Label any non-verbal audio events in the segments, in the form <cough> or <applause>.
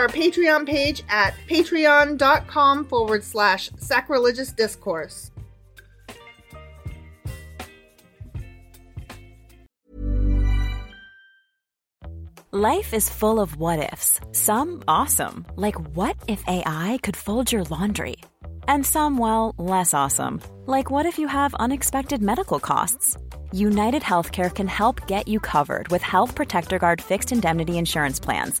our Patreon page at patreon.com forward slash sacrilegious discourse. Life is full of what ifs. Some awesome, like what if AI could fold your laundry? And some, well, less awesome, like what if you have unexpected medical costs? United Healthcare can help get you covered with Health Protector Guard fixed indemnity insurance plans.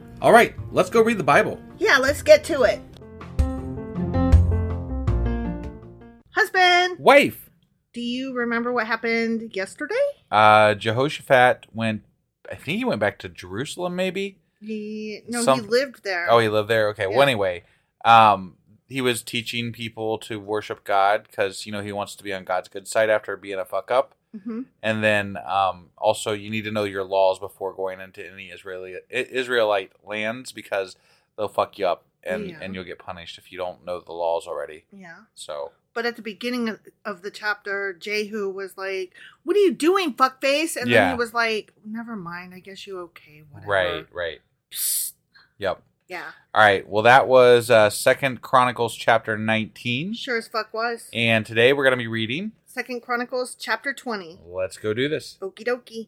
All right, let's go read the Bible. Yeah, let's get to it. Husband, Wife! do you remember what happened yesterday? Uh, Jehoshaphat went. I think he went back to Jerusalem, maybe. He, no, he Some- lived there. Oh, he lived there. Okay. Yeah. Well, anyway, um, he was teaching people to worship God because you know he wants to be on God's good side after being a fuck up. hmm And then um, also, you need to know your laws before going into any Israeli I- Israelite lands because they'll fuck you up and Yeah. and you'll get punished if you don't know the laws already. Yeah. So But at the beginning of, of the chapter, Jehu was like, What are you doing, fuckface? And then Yeah. he was like, Never mind. I guess you okay. Whatever. right, right, Psst. yep. Yeah. All right. Well, that was uh, Second Chronicles chapter nineteen, Sure as fuck was. and today we're gonna be reading. Second Chronicles chapter 20. Let's go do this. Okie dokie.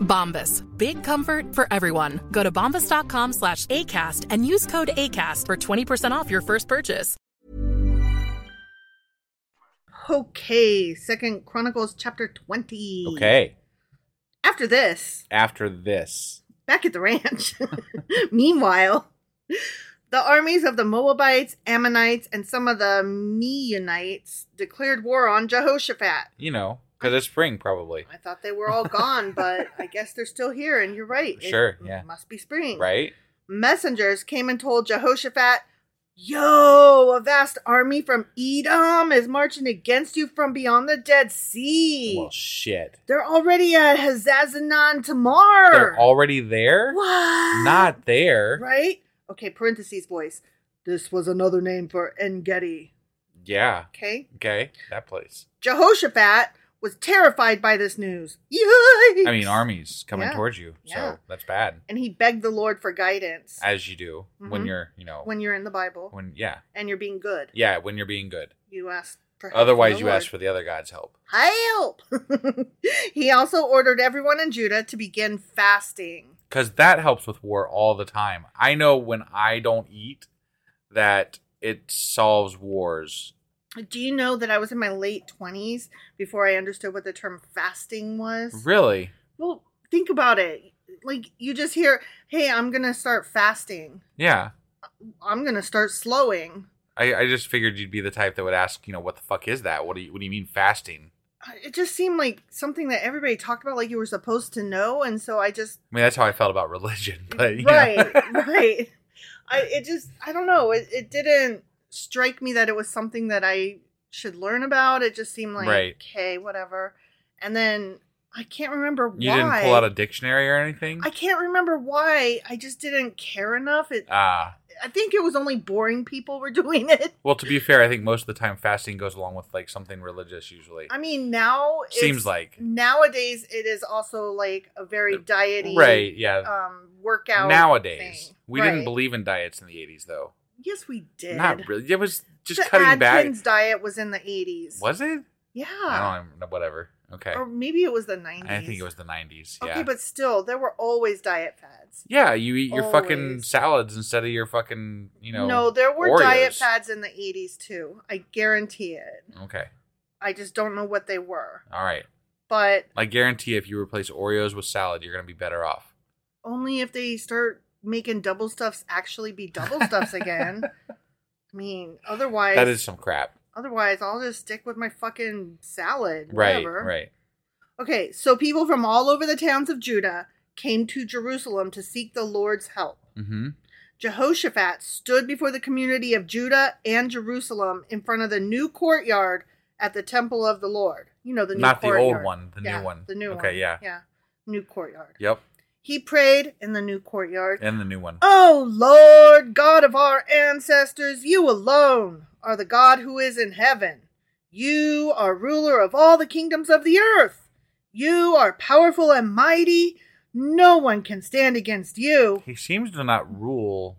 Bombas. Big comfort for everyone. Go to bombas.com slash ACAST and use code ACAST for 20% off your first purchase. Okay, Second Chronicles chapter 20. Okay. After this, After this, back at the ranch. <laughs> Meanwhile, the armies of the Moabites, Ammonites, and some of the Meunites declared war on Jehoshaphat. you know, because it's spring probably, I thought they <laughs> were all gone, but I guess they're still here, and you're right. It Sure, yeah. Must be spring. right? Messengers came and told Jehoshaphat, Yo, a vast army from Edom is marching against you from beyond the Dead Sea. Well, shit. They're already at Hazazanon Tamar. They're already there. What? Not there. Right? Okay, parentheses voice. This was another name for En Gedi. Yeah. Okay? Okay. That place. Jehoshaphat was terrified by this news. Yikes! I mean, armies coming Yeah. towards you. So Yeah. that's bad. And he begged the Lord for guidance As you do when Mhm. you're, you know, when you're in the Bible when yeah, and you're being good. yeah, when you're being good. You ask for help Otherwise, from you the ask Lord. for the other god's help. help. <laughs> he also ordered everyone in Judah to begin fasting. because that helps with war all the time. I know when I don't eat, that it solves wars. Do you know that I was in my late 20s before I understood what the term fasting was? Really? Well, think about it. Like you just hear, "Hey, I'm going to start fasting. Yeah. I'm going to start slowing." I, I just figured you'd be the type that would ask, you know, what the fuck is that? What do you What do you mean fasting? It just seemed like something that everybody talked about like you were supposed to know, and so I just I mean, that's how I felt about <laughs> religion, but you know. right, right. I it just I don't know. It it didn't strike me that it was something that I should learn about. It just seemed like, Right. "Okay, whatever." And then I can't remember <laughs> you why. didn't pull out a dictionary or anything. I can't remember why. I just didn't care enough. It, Ah, I think it was only boring people were <laughs> doing it. well, to be fair, I think most of the time fasting goes along with like something religious usually. I mean, now it's- Seems like. Uh, nowadays it is also like a very diety right? Yeah. um workout Nowadays, thing. we Right. didn't believe in diets in the '80s, though. Yes, we did. Not really. It was just the cutting Atkins back. diet was in the eighties. Was it? Yeah, I don't know. Whatever. Okay. or maybe it was the nineties. I think it was the 90s. Yeah. Okay, but still, there were always diet fads. yeah, you eat your fucking Always. salads instead of your fucking, you know. no, there were diet Oreos. fads in the eighties too. I guarantee it. Okay. I just don't know what they were, All right. but I guarantee if you replace Oreos with salad, you're going to be better off. only if they start making double stuffs actually be double stuffs again. I mean, otherwise, That is some crap. otherwise I'll just stick with my fucking salad. Right, whatever. right. Okay, so people from all over the towns of Judah came to Jerusalem to seek the Lord's help. Mm-hmm. Jehoshaphat stood before the community of Judah and Jerusalem in front of the new courtyard at the temple of the Lord. You know the new Not the old courtyard. one, the new Yeah, one. The new Okay, one. yeah. Yeah. New courtyard. Yep. He prayed in the new courtyard. And the new one. Oh Lord, God of our ancestors, you alone are the God who is in heaven. You are ruler of all the kingdoms of the earth. You are powerful and mighty. No one can stand against you. He seems to not rule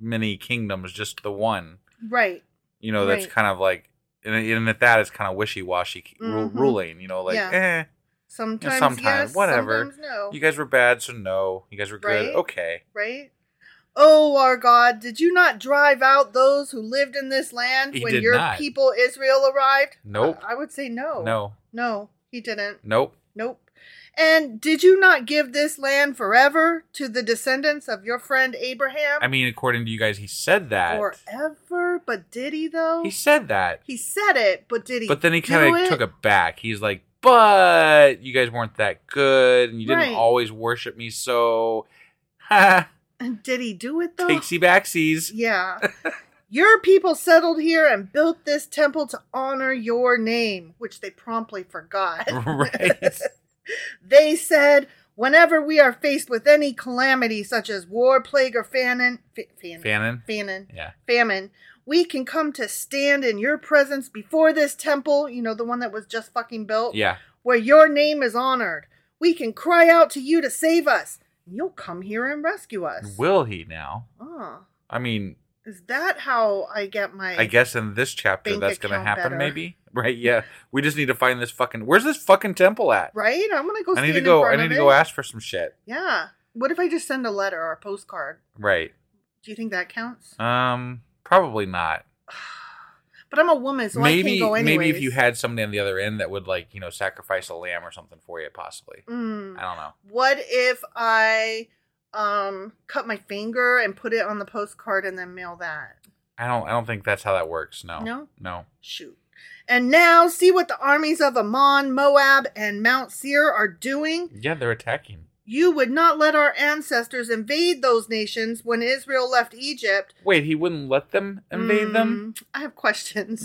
many kingdoms, just the one. Right. You know, that's Right. kind of like. And, and at that, it's kind of wishy washy Mhm. ruling. You know, like, Yeah. eh. Sometimes, Sometimes, yes, whatever. Sometimes no. You guys were bad, so no. You guys were good, Right? okay. right? Oh, our God, did you not drive out those who lived in this land He when did your not. people Israel arrived? Nope. I, I would say no. No, No, he didn't. nope. Nope. And did you not give this land forever to the descendants of your friend Abraham? I mean, according to you guys, he said that. forever, but did he though? He said that. He said it, but did he? But then he do kind of took it back. He's like, but you guys weren't that good, and you didn't Right. always worship me, so <laughs> ha, And <laughs> did he do it though? <laughs> takesy backsies. <laughs> Yeah. Your people settled here and built this temple to honor your name, which they promptly forgot. right. <laughs> They said, whenever we are faced with any calamity such as war, plague, or famine, fa- famine, Fannin. famine, Yeah. famine, we can come to stand in your presence before this temple, you know, the one that was just fucking built, Yeah. where your name is honored. We can cry out to you to save us. And you'll come here and rescue us. Will he now? Ah, I mean, is that how I get my. I guess in this chapter Bank that's going to account happen, better. maybe. <laughs> Right? Yeah. We just need to find this fucking. Where's this fucking temple at? Right? I'm going to go I need stand to in go. I front need of to it. go ask for some shit. Yeah. What if I just send a letter or a postcard? Right. Do you think that counts? Um. Probably not. But I'm a woman, so I maybe can't go anyways. maybe if you had somebody on the other end that would like you know sacrifice a lamb or something for you, possibly. Mm. I don't know. What if I um cut my finger and put it on the postcard and then mail that? I don't. I don't think that's how that works. No. No? No. Shoot. And now see what the armies of Ammon, Moab, and Mount Seir are doing. Yeah, they're attacking. You would not let our ancestors invade those nations when Israel left Egypt. Wait, he wouldn't let them invade them, Mm, I have questions.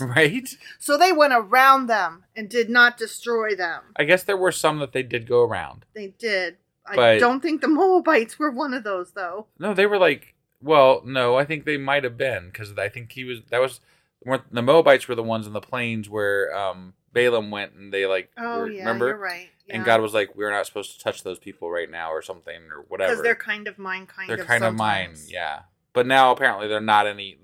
<laughs> right? So they went around them and did not destroy them. I guess there were some that they did go around. They did. I But- don't think the Moabites were one of those though. No, they were like, well, no, I think they might have been because I think he was. That was weren't the Moabites were the ones in the plains where um, Balaam went and they like Oh were- yeah, remember you're right. and Yeah. God was like, we're not supposed to touch those people right now or something or whatever. Because they're kind of mine, kind They're of. kind of mine, sometimes. yeah. But now apparently they're not any.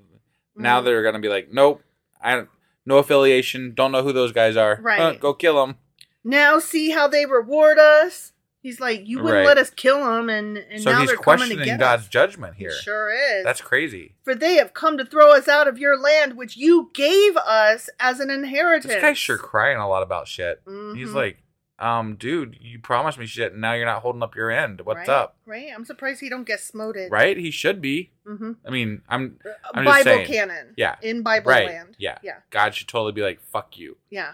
Now Mhm. they're gonna be like, nope, I don't, no affiliation. Don't know who those guys are. Right. Uh, go kill them. Now see how they reward us. He's like, you wouldn't Right. let us kill him, and and so now he's they're coming to questioning get God's us. judgment It here. sure is. That's crazy. For they have come to throw us out of your land, which you gave us as an inheritance. This guy's sure crying a lot about shit. He's Mhm. like, um, dude, you promised me shit, and now you're not holding up your end. What's Right? up? Right. I'm surprised he don't get smoted. Right? He should be. Mm-hmm. I mean, I'm. I'm just Bible saying. canon. Yeah. In Bible right. land. Yeah. Yeah. God should totally be like, fuck you. Yeah.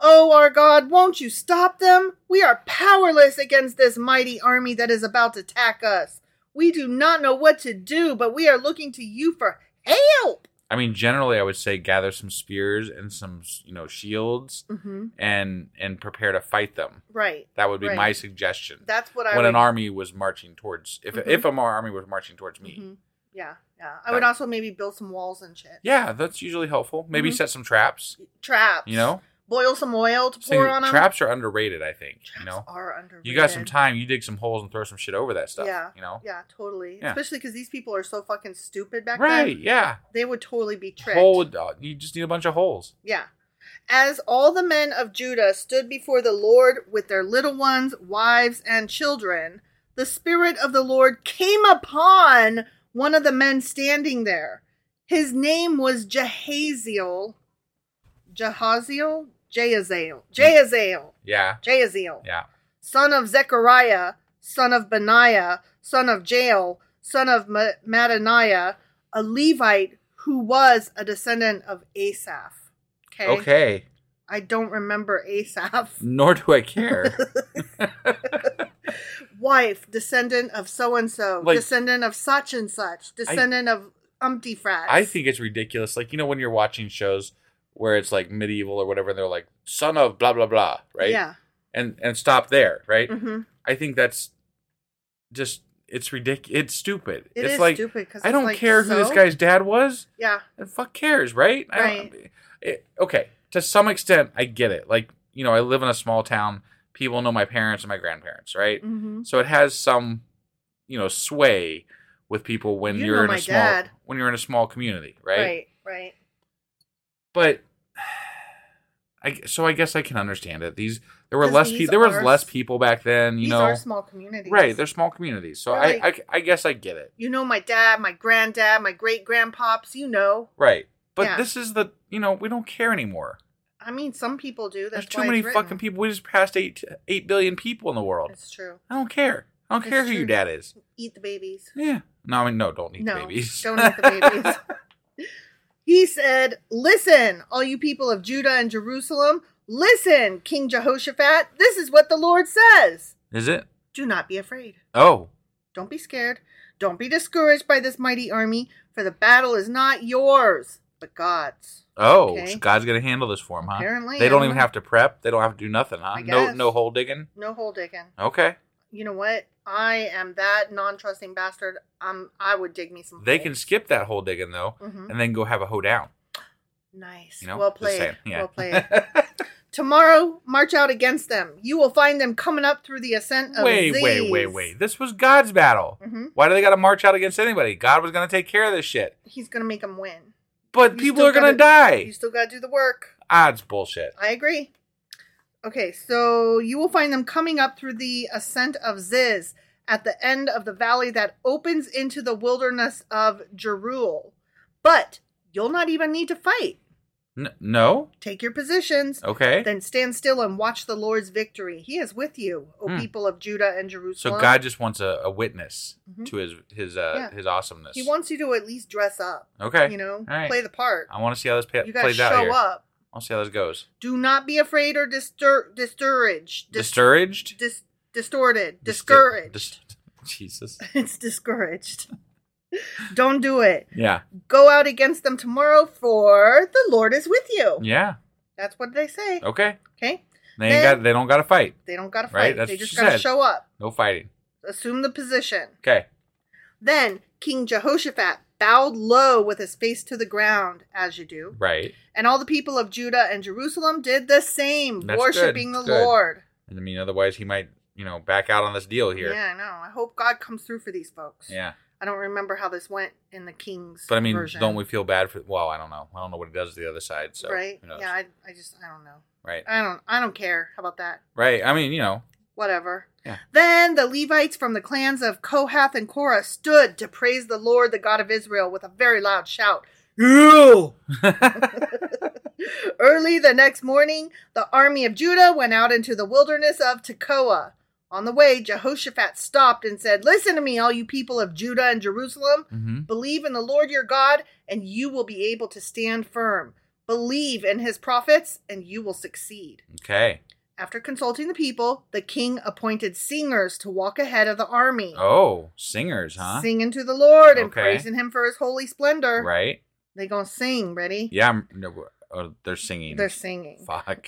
Oh, our God, won't you stop them? We are powerless against this mighty army that is about to attack us. We do not know what to do, but we are looking to you for help. I mean, generally, I would say gather some spears and some, you know, shields Mm-hmm. and and prepare to fight them. Right. That would be Right. my suggestion. That's what I when would. an army was marching towards, if Mhm. if a mar- army was marching towards me, Mhm. Yeah, yeah. I would also maybe build some walls and shit. yeah, that's usually helpful. Maybe Mhm. set some traps. Traps. You know, Boil some oil to See, pour on them. traps are underrated. I think. you know, Are underrated. you got some time, you dig some holes and throw some shit over that stuff. Yeah. You know? Yeah, totally. Yeah. Especially because these people are so fucking stupid back then. Right, yeah. They would totally be tricked. Hole would- uh, you just need a bunch of holes. Yeah. As all the men of Judah stood before the Lord with their little ones, wives, and children, the Spirit of the Lord came upon one of the men standing there. His name was Jehaziel. Jehaziel? Jehaziel. Jehaziel. Yeah. Jehaziel. Yeah. Son of Zechariah, son of Benaiah, son of Jael, son of Ma- Mattaniah, a Levite who was a descendant of Asaph. Okay. Okay. I don't remember Asaph. Nor do I care. <laughs> Wife, descendant of so and so, Like- descendant of such and such, descendant of umpty frats. I think it's ridiculous. Like, you know, when you're watching shows where it's like medieval or whatever, and they're like, son of blah, blah, blah, right? Yeah. And, and stop there, right? Mhm. I think that's just, it's ridiculous. It's stupid. It it's is like, stupid 'cause I it's don't like, care who this so? guy's dad was. Yeah. and fuck cares, right? I don't- it- okay, to some extent, I get it. Like, you know, I live in a small town. People know my parents and my grandparents, right? Mhm. So it has some, you know, sway with people when You you are know in my a small dad. when you're in a small community, right? Right. Right. But I so I guess I can understand it. These there were 'Cause less pe- these there was are less s- people back then, you These know. are small communities. right, they're small communities. So We're I, like- I I guess I get it. You know my dad, my granddad, my great grandpops, you know. Right. But Yeah. this is the, you know, we don't care anymore. I mean, some people do. There's That's too many fucking people. people. We just passed eight eight billion people in the world. It's true. I don't care. I don't It's care who true. your dad is. Eat the babies. Yeah. No, I mean no. Don't eat no, the babies. don't eat the babies. he said, Listen, all you people of Judah and Jerusalem, listen, King Jehoshaphat, this is what the Lord says. <laughs> is it? Do not be afraid. Oh, Don't be scared. Don't be discouraged by this mighty army, for the battle is not yours, but God's. oh. Okay. so God's gonna handle this for him, huh? Apparently, they I don't don't even know. have to prep. They don't have to do nothing, huh? I No, guess. no hole digging. No hole digging. Okay. You know what? I am that non trusting bastard. Um, I would dig me some. They holes. can skip that hole digging though, Mhm. and then go have a hoe down. Nice. You know, well Just saying. played. <laughs> Yeah. Well played. Tomorrow, march out against them. You will find them coming up through the ascent of wait, Aziz. wait, wait, wait. This was God's battle. Mhm. Why do they got to march out against anybody? God was going to take care of this shit. He's gonna make them win. But You people still are going to gotta- You die. still gotta do the work. Ah, it's bullshit. I agree. Okay, so you will find them coming up through the ascent of Ziz at the end of the valley that opens into the wilderness of Jerul. But you'll not even need to fight. N- no? Take your positions. Okay. Then stand still and watch the Lord's victory. He is with you, O Hmm. people of Judah and So Jerusalem. God just wants a, a witness Mhm. to his his uh, Yeah. his awesomeness. He wants you to at least dress up. Okay. You know, All right. play the part. I want to see how this pa- You gotta plays out show here. up. I'll see how this goes. Do not be afraid or distur- discouraged. Dis- Discouraged. dis- distorted. Dis- Discouraged. dis- Jesus. <laughs> it's discouraged. <laughs> Don't do it. Yeah. Go out against them tomorrow, for the Lord is with you. Yeah. Oh. That's what they say. Okay. Okay? They ain't Then- got. They don't got to fight. They don't gotta Right, fight. that's they what just she gotta said. show up. No fighting. Assume the position. Okay. Then King Jehoshaphat bowed low with his face to the ground, as you do. Right. And all the people of Judah and Jerusalem did the same, That's worshiping good. the Good. Lord. I mean, otherwise he might, you know, back out on this deal here. Yeah, I know. I hope God comes through for these folks. Yeah. I don't remember how this went in the King's. But I mean, version. don't we feel bad for? Well, I don't know. I don't know what he does to the other side. So right? who knows? Yeah, I, I just I don't know. right. I don't I don't care. How about that? Right. I mean, you know. Whatever. Yeah. Then the Levites from the clans of Kohath and Korah stood to praise the Lord, the God of Israel, with a very loud shout. Ew! Early the next morning, the army of Judah went out into the wilderness of Tekoa. On the way, Jehoshaphat stopped and said, Listen to me, all you people of Judah and Jerusalem. Mhm. Believe in the Lord your God, and you will be able to stand firm. Believe in his prophets, and you will succeed. Okay. After consulting the people, the king appointed singers to walk ahead of the army, Oh, singers, huh? singing to the Lord and Okay. praising him for his holy splendor. Right. They gonna sing, ready? Yeah. I'm, no, oh, they're singing. They're singing. <laughs> Fuck.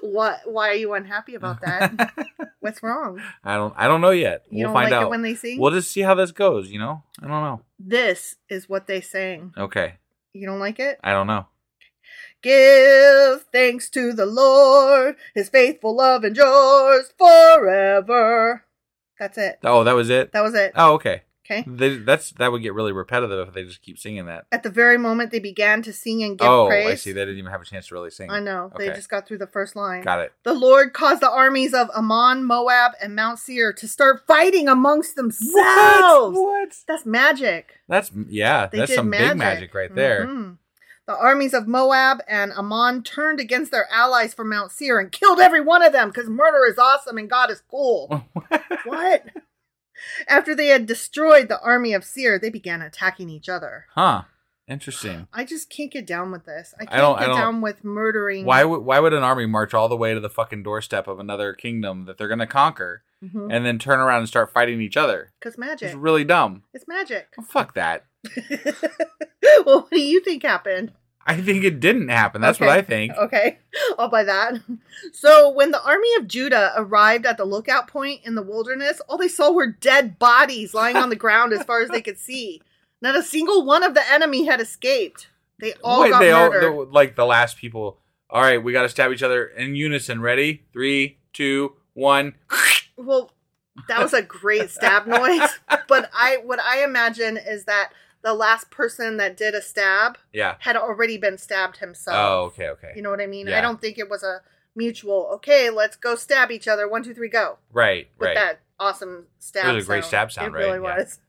what? Why are you unhappy <laughs> about that? What's wrong? I don't. I don't know yet. You we'll don't find like it out when they sing? We'll just see how this goes. You know. I don't know. This is what they sang. Okay. You don't like it? I don't know. Give thanks to the Lord, his faithful love endures forever. That's it. Oh, that was it. That was it. Oh, okay. Okay. They, that's that would get really repetitive if they just keep singing that. At the very moment they began to sing and give oh, praise. I see. They didn't even have a chance to really sing. I know. They Okay. just got through the first line. got it. The Lord caused the armies of Ammon, Moab, and Mount Seir to start fighting amongst themselves. What? That's magic. That's yeah. They that's did some magic. big magic right there. Mhm. The armies of Moab and Ammon turned against their allies from Mount Seir and killed every one of them because murder is awesome and God is <laughs> cool. what? After they had destroyed the army of Seir, they began attacking each other. Huh. Interesting. I just can't get down with this. I I can't don't- I get don't- down with murdering. Why would why would an army march all the way to the fucking doorstep of another kingdom that they're gonna conquer Mhm. and then turn around and start fighting each other? Because magic. It's really dumb. It's magic. <laughs> Well, fuck that. well, what do you think happened? I think it didn't happen. That's what Okay. Oh, I think. Okay, <laughs> I'll buy that. So, when the army of Judah arrived at the lookout point in the wilderness, all they saw were dead bodies <laughs> lying on the ground as far as they could see. Not a single one of the enemy had escaped. They all Wait, got they all murdered. the- like the last people. All right, we got to stab each other in unison. Ready? Three, two, one. Well, that was a great stab noise. <laughs> But I, what I imagine is that the last person that did a stab Yeah. had already been stabbed himself. Oh, okay, okay. You know what I mean? I Yeah. don't think it was a mutual. Okay, let's go stab each other. One, two, three, go. right, With right. that awesome stab. It was a great stab sound, It right? really Yeah. was.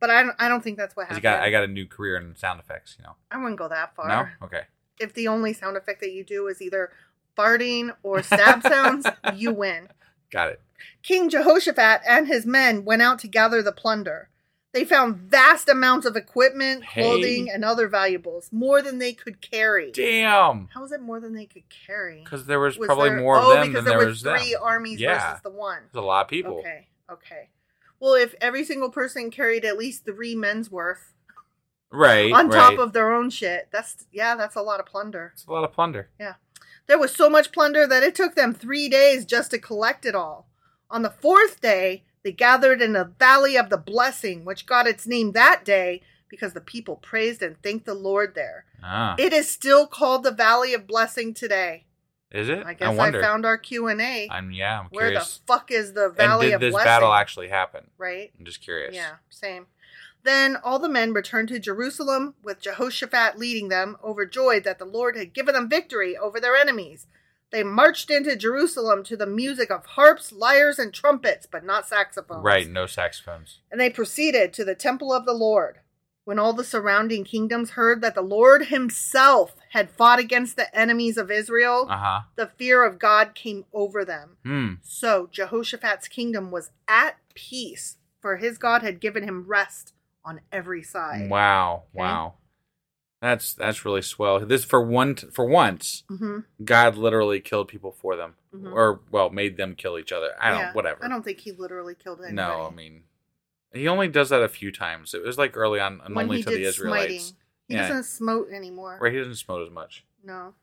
But I don't, I don't think that's what 'Cause you happened. got, I got a new career in sound effects. You know. I wouldn't go that far. No. Okay. If the only sound effect that you do is either farting or <laughs> stab sounds, you win. Got it. King Jehoshaphat and his men went out to gather the plunder. They found vast amounts of equipment, Hey. clothing, and other valuables, more than they could carry. Damn. How is it more than they could carry? Because there was, Was probably there- more oh, of them than because there there were was three them. armies yeah. versus the one. There's a lot of people. Okay, okay. Well, if every single person carried at least three men's worth Right. on right. top of their own shit, that's yeah, that's a lot of plunder. It's a lot of plunder. Yeah. There was so much plunder that it took them three days just to collect it all. On the fourth day, they gathered in the Valley of the Blessing, which got its name that day because the people praised and thanked the Lord there. Ah. It is still called the Valley of Blessing today. Is it? I guess I, Eh, wonder. found our Q and A. I'm yeah. I'm Where curious. the fuck is the Valley and did of this Blessing? battle actually happen? Right. I'm just curious. Yeah, same. Then all the men returned to Jerusalem, with Jehoshaphat leading them, overjoyed that the Lord had given them victory over their enemies. They marched into Jerusalem to the music of harps, lyres, and trumpets, but not saxophones. Right. No saxophones. And they proceeded to the temple of the Lord. When all the surrounding kingdoms heard that the Lord himself had fought against the enemies of Israel, Uh huh. the fear of God came over them. Hmm. So Jehoshaphat's kingdom was at peace, for his God had given him rest on every side. Wow. Wow. That's that's really swell. This for one for once, hmm God literally killed people for them, Mhm. or well, made them kill each other. I don't. whatever. I don't think he literally killed anybody. No, I mean, he only does that a few times. It was like early on, and When only he to did the Israelites. smiting. He yeah, doesn't smote anymore. right. He doesn't smote as much. No.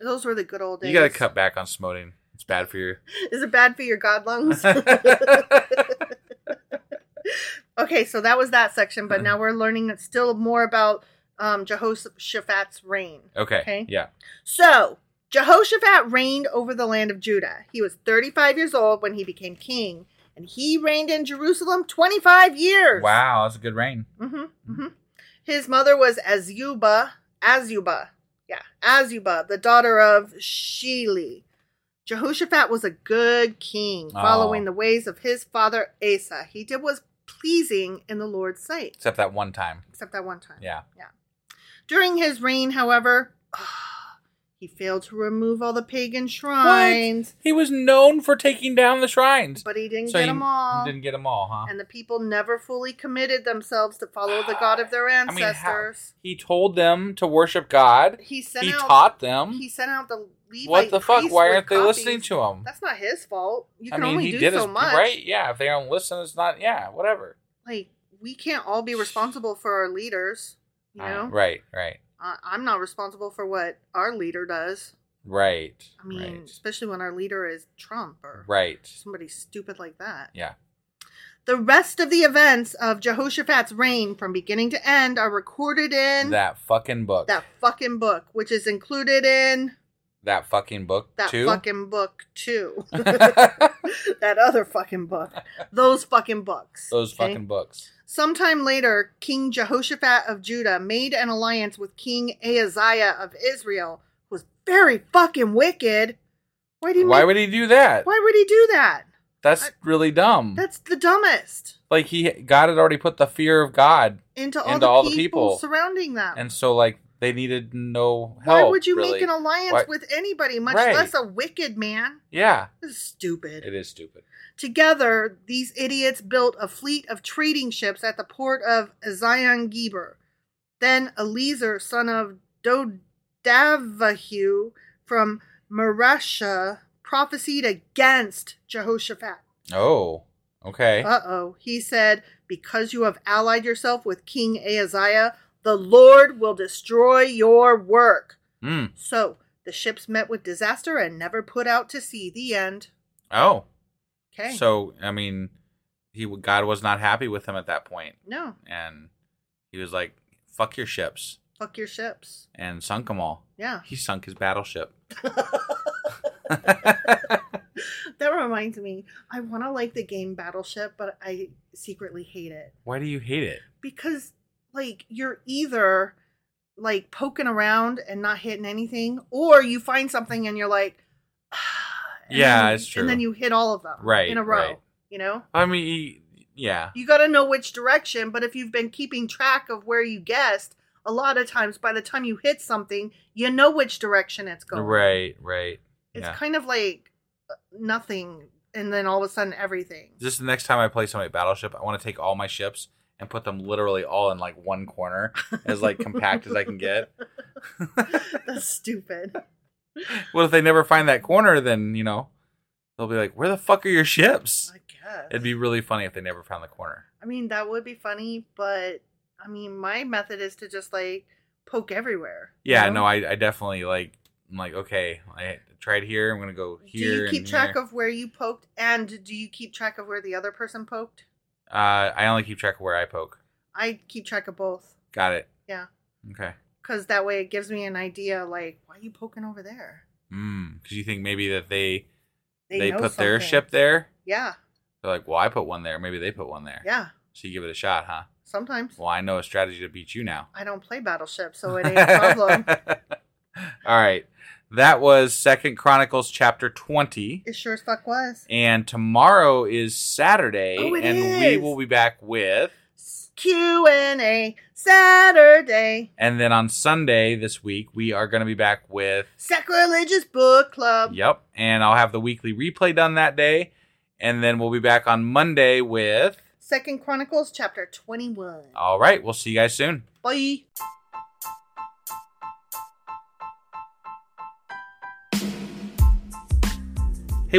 Those were the good old days. You got to cut back on smoting. It's bad for you. <laughs> Is it bad for your God <laughs> lungs? <laughs> okay, so that was that section, <laughs> but now we're learning still more about um, Jehoshaphat's reign. Okay. Yeah. So, Jehoshaphat reigned over the land of Judah. He was 35 years old when he became king, and he reigned in Jerusalem 25 years. Wow, that's a good rain. hmm hmm His mother was Azuba, Azuba, yeah, Azuba, the daughter of Shili. Jehoshaphat was a good king, following Oh. the ways of his father Asa. He did what was pleasing in the Lord's sight, Except that one time. except that one time. Yeah. During his reign, however, <sighs> he failed to remove all the pagan shrines, He was known for taking down the shrines. but he didn't so get he, them all. he didn't get them all, huh? and the people never fully committed themselves to follow the God of <sighs> their I mean, how- ancestors. he told them to worship God. He sent He out- taught them. He sent out the Levite What the fuck? priests Why with aren't they copies. listening to him? That's not his fault. You I can mean, only he do did so his much, right. Yeah, if they don't listen, it's not. Yeah, whatever. Like we can't all be responsible for our leaders. You Uh, know, right, right, I- I'm not responsible for what our leader does. right. I mean, right. especially when our leader is Trump or Right. somebody stupid like that. Yeah. The rest of the events of Jehoshaphat's reign from beginning to end are recorded in That fucking book. That, that fucking book, which is included in fucking book that too. <laughs> fucking book too. <laughs> that other fucking book. Those fucking books. Those okay? fucking books. Sometime later, King Jehoshaphat of Judah made an alliance with King Ahaziah of Israel, who was very fucking wicked. Why do you Why make- would he do that? Why would he do that? That's really dumb. That's the dumbest. like he God had already put the fear of God Into all, Into the, all the people people. surrounding them. and so like they needed no help. Why would you really. make an alliance Why- with anybody, much Right. less a wicked man? Yeah. This is stupid. It is stupid. Together, these idiots built a fleet of trading ships at the port of Zion Geber. Then Eliezer, son of Dodavahu from Marasha, prophesied against Jehoshaphat. Oh. Okay. Uh oh. He said, Because you have allied yourself with King Ahaziah, the Lord will destroy your work. Hmm. So the ships met with disaster and never put out to sea. The end. Oh. Okay. So I mean, he God was not happy with him at that point, no. and he was like, "Fuck your ships," Fuck your ships. and sunk them all. Yeah. He sunk his battleship. That reminds me, I want to like the game Battleship, but I secretly hate it Why do you hate it? because, like, you're either like poking around and not hitting anything, or you find something and you're like, and yeah, then- it's true. and then you hit all of them Right, in a row. right. You know, I mean, he- yeah. you got to know which direction, but if you've been keeping track of where you guessed, a lot of times by the time you hit something, you know which direction it's going. Right, right. It's yeah. kind of like uh, nothing, and then all of a <laughs> sudden everything. <laughs> Just the next time I play somebody battleship, I want to take all my ships and put them literally all in like one corner, <laughs> as like compact as I can get. That's stupid. Well, if they never find that corner, then you know they'll be like, "Where the fuck are your ships?" I guess. It'd be really funny if they never found the corner. I mean, that would be funny, but I mean, my method is to just like poke everywhere. you Yeah, know? no, I, I definitely like. I'm like, okay, I tried here. I'm gonna go Do here. you keep and track here. of where you poked, and do you keep track of where the other person poked? Uh, I only keep track of where I poke. I keep track of both. Got it. Yeah, Okay. because that way it gives me an idea. Like, why are you poking over there? Because Hmm, you think maybe that they They they, know put their something. ship there. Yeah, They're like, well, I put one there. Maybe they put one there. yeah. So you give it a shot, huh? Sometimes Well, I know a strategy to beat you now. I don't play Battleship, so it <laughs> ain't a problem. All right. That was Second Chronicles chapter 20. it sure as fuck was. And tomorrow is Saturday. Oh, it and we is. will be back with. Q and A Saturday And then on Sunday this week, we are going to be back with. sacrilegious book club. Yep. And I'll have the weekly replay done that day. And then we'll be back on Monday with. Second Chronicles chapter twenty one. All right. We'll see you guys soon. Bye. Hey,